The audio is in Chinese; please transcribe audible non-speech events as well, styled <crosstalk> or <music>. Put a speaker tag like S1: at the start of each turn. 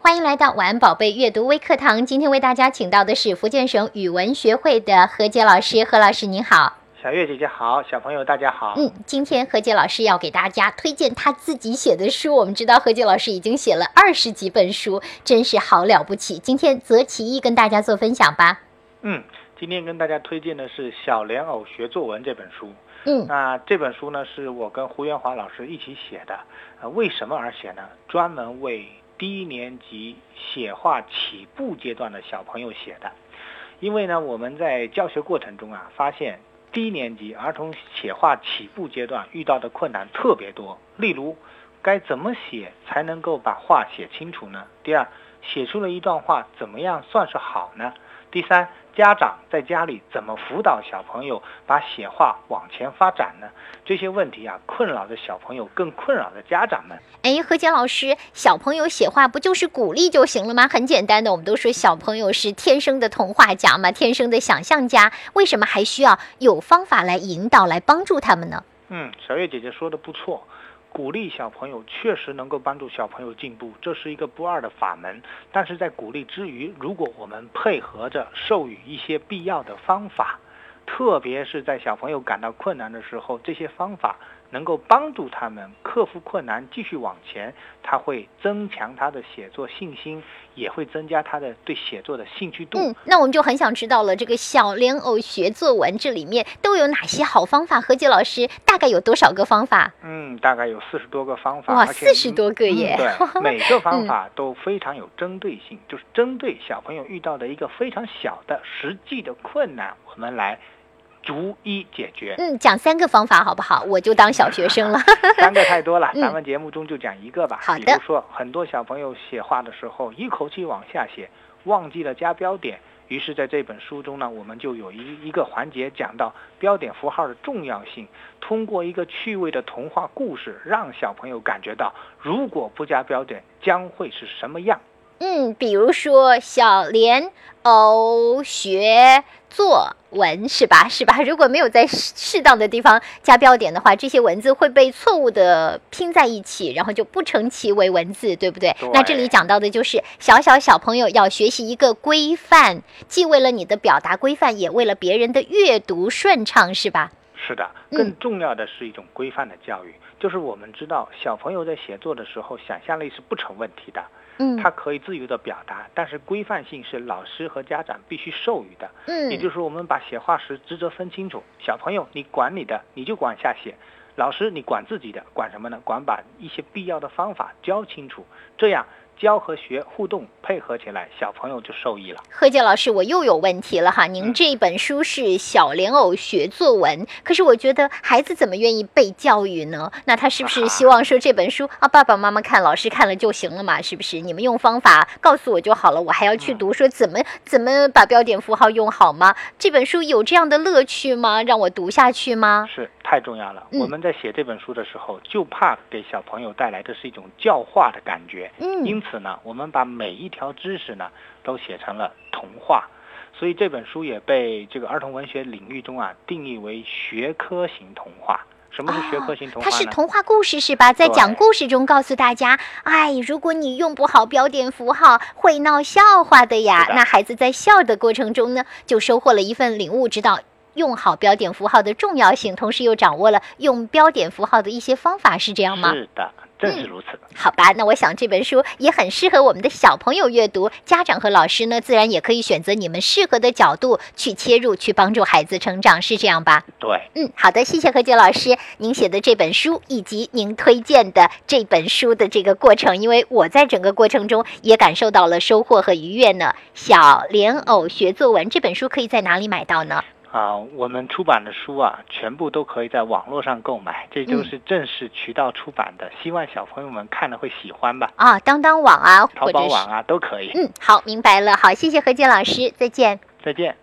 S1: 欢迎来到晚安宝贝阅读微课堂。今天为大家请到的是福建省语文学会的何洁老师，何老师您好。
S2: 小月姐姐好，小朋友大家好。
S1: 嗯，今天何洁老师要给大家推荐他自己写的书。我们知道何洁老师已经写了二十几本书，真是好了不起。今天择其一跟大家做分享吧。
S2: 嗯，今天跟大家推荐的是《小莲藕学作文》这本书。
S1: 嗯
S2: 那这本书呢，是我跟胡元华老师一起写的。呃，为什么而写呢？专门为低年级写画起步阶段的小朋友写的。因为呢，我们在教学过程中啊，发现低年级儿童写画起步阶段遇到的困难特别多。例如，该怎么写才能够把画写清楚呢？第二，写出了一段话，怎么样算是好呢？第三，家长在家里怎么辅导小朋友把写画往前发展呢？这些问题啊，困扰着小朋友，更困扰着家长们。
S1: 哎，何洁老师，小朋友写画不就是鼓励就行了吗？很简单的，我们都说小朋友是天生的童话家嘛，天生的想象家，为什么还需要有方法来引导、来帮助他们呢？
S2: 嗯，小月姐姐说的不错，鼓励小朋友确实能够帮助小朋友进步，这是一个不二的法门。但是在鼓励之余，如果我们配合着授予一些必要的方法，特别是在小朋友感到困难的时候，这些方法能够帮助他们克服困难，继续往前，他会增强他的写作信心，也会增加他的对写作的兴趣度。
S1: 嗯，那我们就很想知道了，这个小莲藕学作文这里面都有哪些好方法？何洁老师大概有多少个方法？
S2: 嗯，大概有四十多个方法，
S1: 哇
S2: 而且
S1: 40多个
S2: 嗯
S1: 耶 <laughs> 嗯
S2: 对，每个方法都非常有针对性，就是针对小朋友遇到的一个非常小的实际的困难，我们来逐一解
S1: <laughs>
S2: 决。
S1: 嗯，讲三个方法好不好？我就当小学生了。
S2: 三个太多了，
S1: 嗯
S2: 咱们节目中就讲一个吧。
S1: 好的
S2: 比如说，很多小朋友写画的时候，一口气往下写，忘记了加标点。于是，在这本书中呢，我们就有一一个环节讲到标点符号的重要性，通过一个趣味的童话故事，让小朋友感觉到，如果不加标点，将会是什么样。
S1: 嗯，比如说小莲藕学作文是吧？是吧？如果没有在适适当的地方加标点的话，这些文字会被错误的拼在一起，然后就不成其为文字，对不对？
S2: 对
S1: 那这里讲到的就是小小小朋友要学习一个规范，既为了你的表达规范，也为了别人的阅读顺畅，是吧？
S2: 是的，
S1: 嗯
S2: 更重要的是一种规范的教育，就是我们知道，小朋友在写作的时候，想象力是不成问题的。
S1: 嗯
S2: 它可以自由的表达，但是规范性是老师和家长必须授予的。
S1: 嗯，
S2: 也就是说，我们把写画时职责分清楚，小朋友你管你的，你就管下写；老师你管自己的，管什么呢？管把一些必要的方法教清楚，这样教和学互动配合起来，小朋友就受益了。
S1: 何洁老师，我又有问题了哈。您
S2: 嗯
S1: 这本书是《小莲藕学作文》，可是我觉得孩子怎么愿意被教育呢？那他是不是
S2: 啊
S1: 希望说这本书啊，爸爸妈妈看，老师看了就行了嘛？是不是？你们用方法告诉我就好了，我还要去
S2: 嗯
S1: 读说怎么怎么把标点符号用好吗？这本书有这样的乐趣吗？让我读下去吗？
S2: 是太重要了。
S1: 嗯
S2: 我们在写这本书的时候，就怕给小朋友带来的是一种教化的感觉。
S1: 嗯
S2: 因此呢，我们把每一条知识呢都写成了童话，所以这本书也被这个儿童文学领域中啊定义为学科型童话。什么是学科型童
S1: 哦
S2: 话
S1: 它
S2: 呢？
S1: 是童话故事是吧？在
S2: 对
S1: 讲故事中告诉大家，哎，如果你用不好标点符号，会闹笑话的呀。
S2: 是的
S1: 那孩子在笑的过程中呢，就收获了一份领悟，知道用好标点符号的重要性，同时又掌握了用标点符号的一些方法，是这样吗？嗯
S2: 是的，正是如此。
S1: 好吧，那我想这本书也很适合我们的小朋友阅读，家长和老师呢，自然也可以选择你们适合的角度去切入，去帮助孩子成长，是这样吧？
S2: 对，
S1: 嗯，好的，谢谢何洁老师您写的这本书以及您推荐的这本书的这个过程，因为我在整个过程中也感受到了收获和愉悦呢。小莲藕学作文这本书可以在哪里买到呢？
S2: 啊、我们出版的书啊，全部都可以在网络上购买，这都
S1: 嗯
S2: 是正式渠道出版的，希望小朋友们看了会喜欢吧。
S1: 啊，当当网啊，
S2: 淘
S1: 或者
S2: 宝
S1: 是嗯
S2: 网啊都可以。
S1: 嗯，好，明白了，好，谢谢何洁老师，再见。
S2: 再见。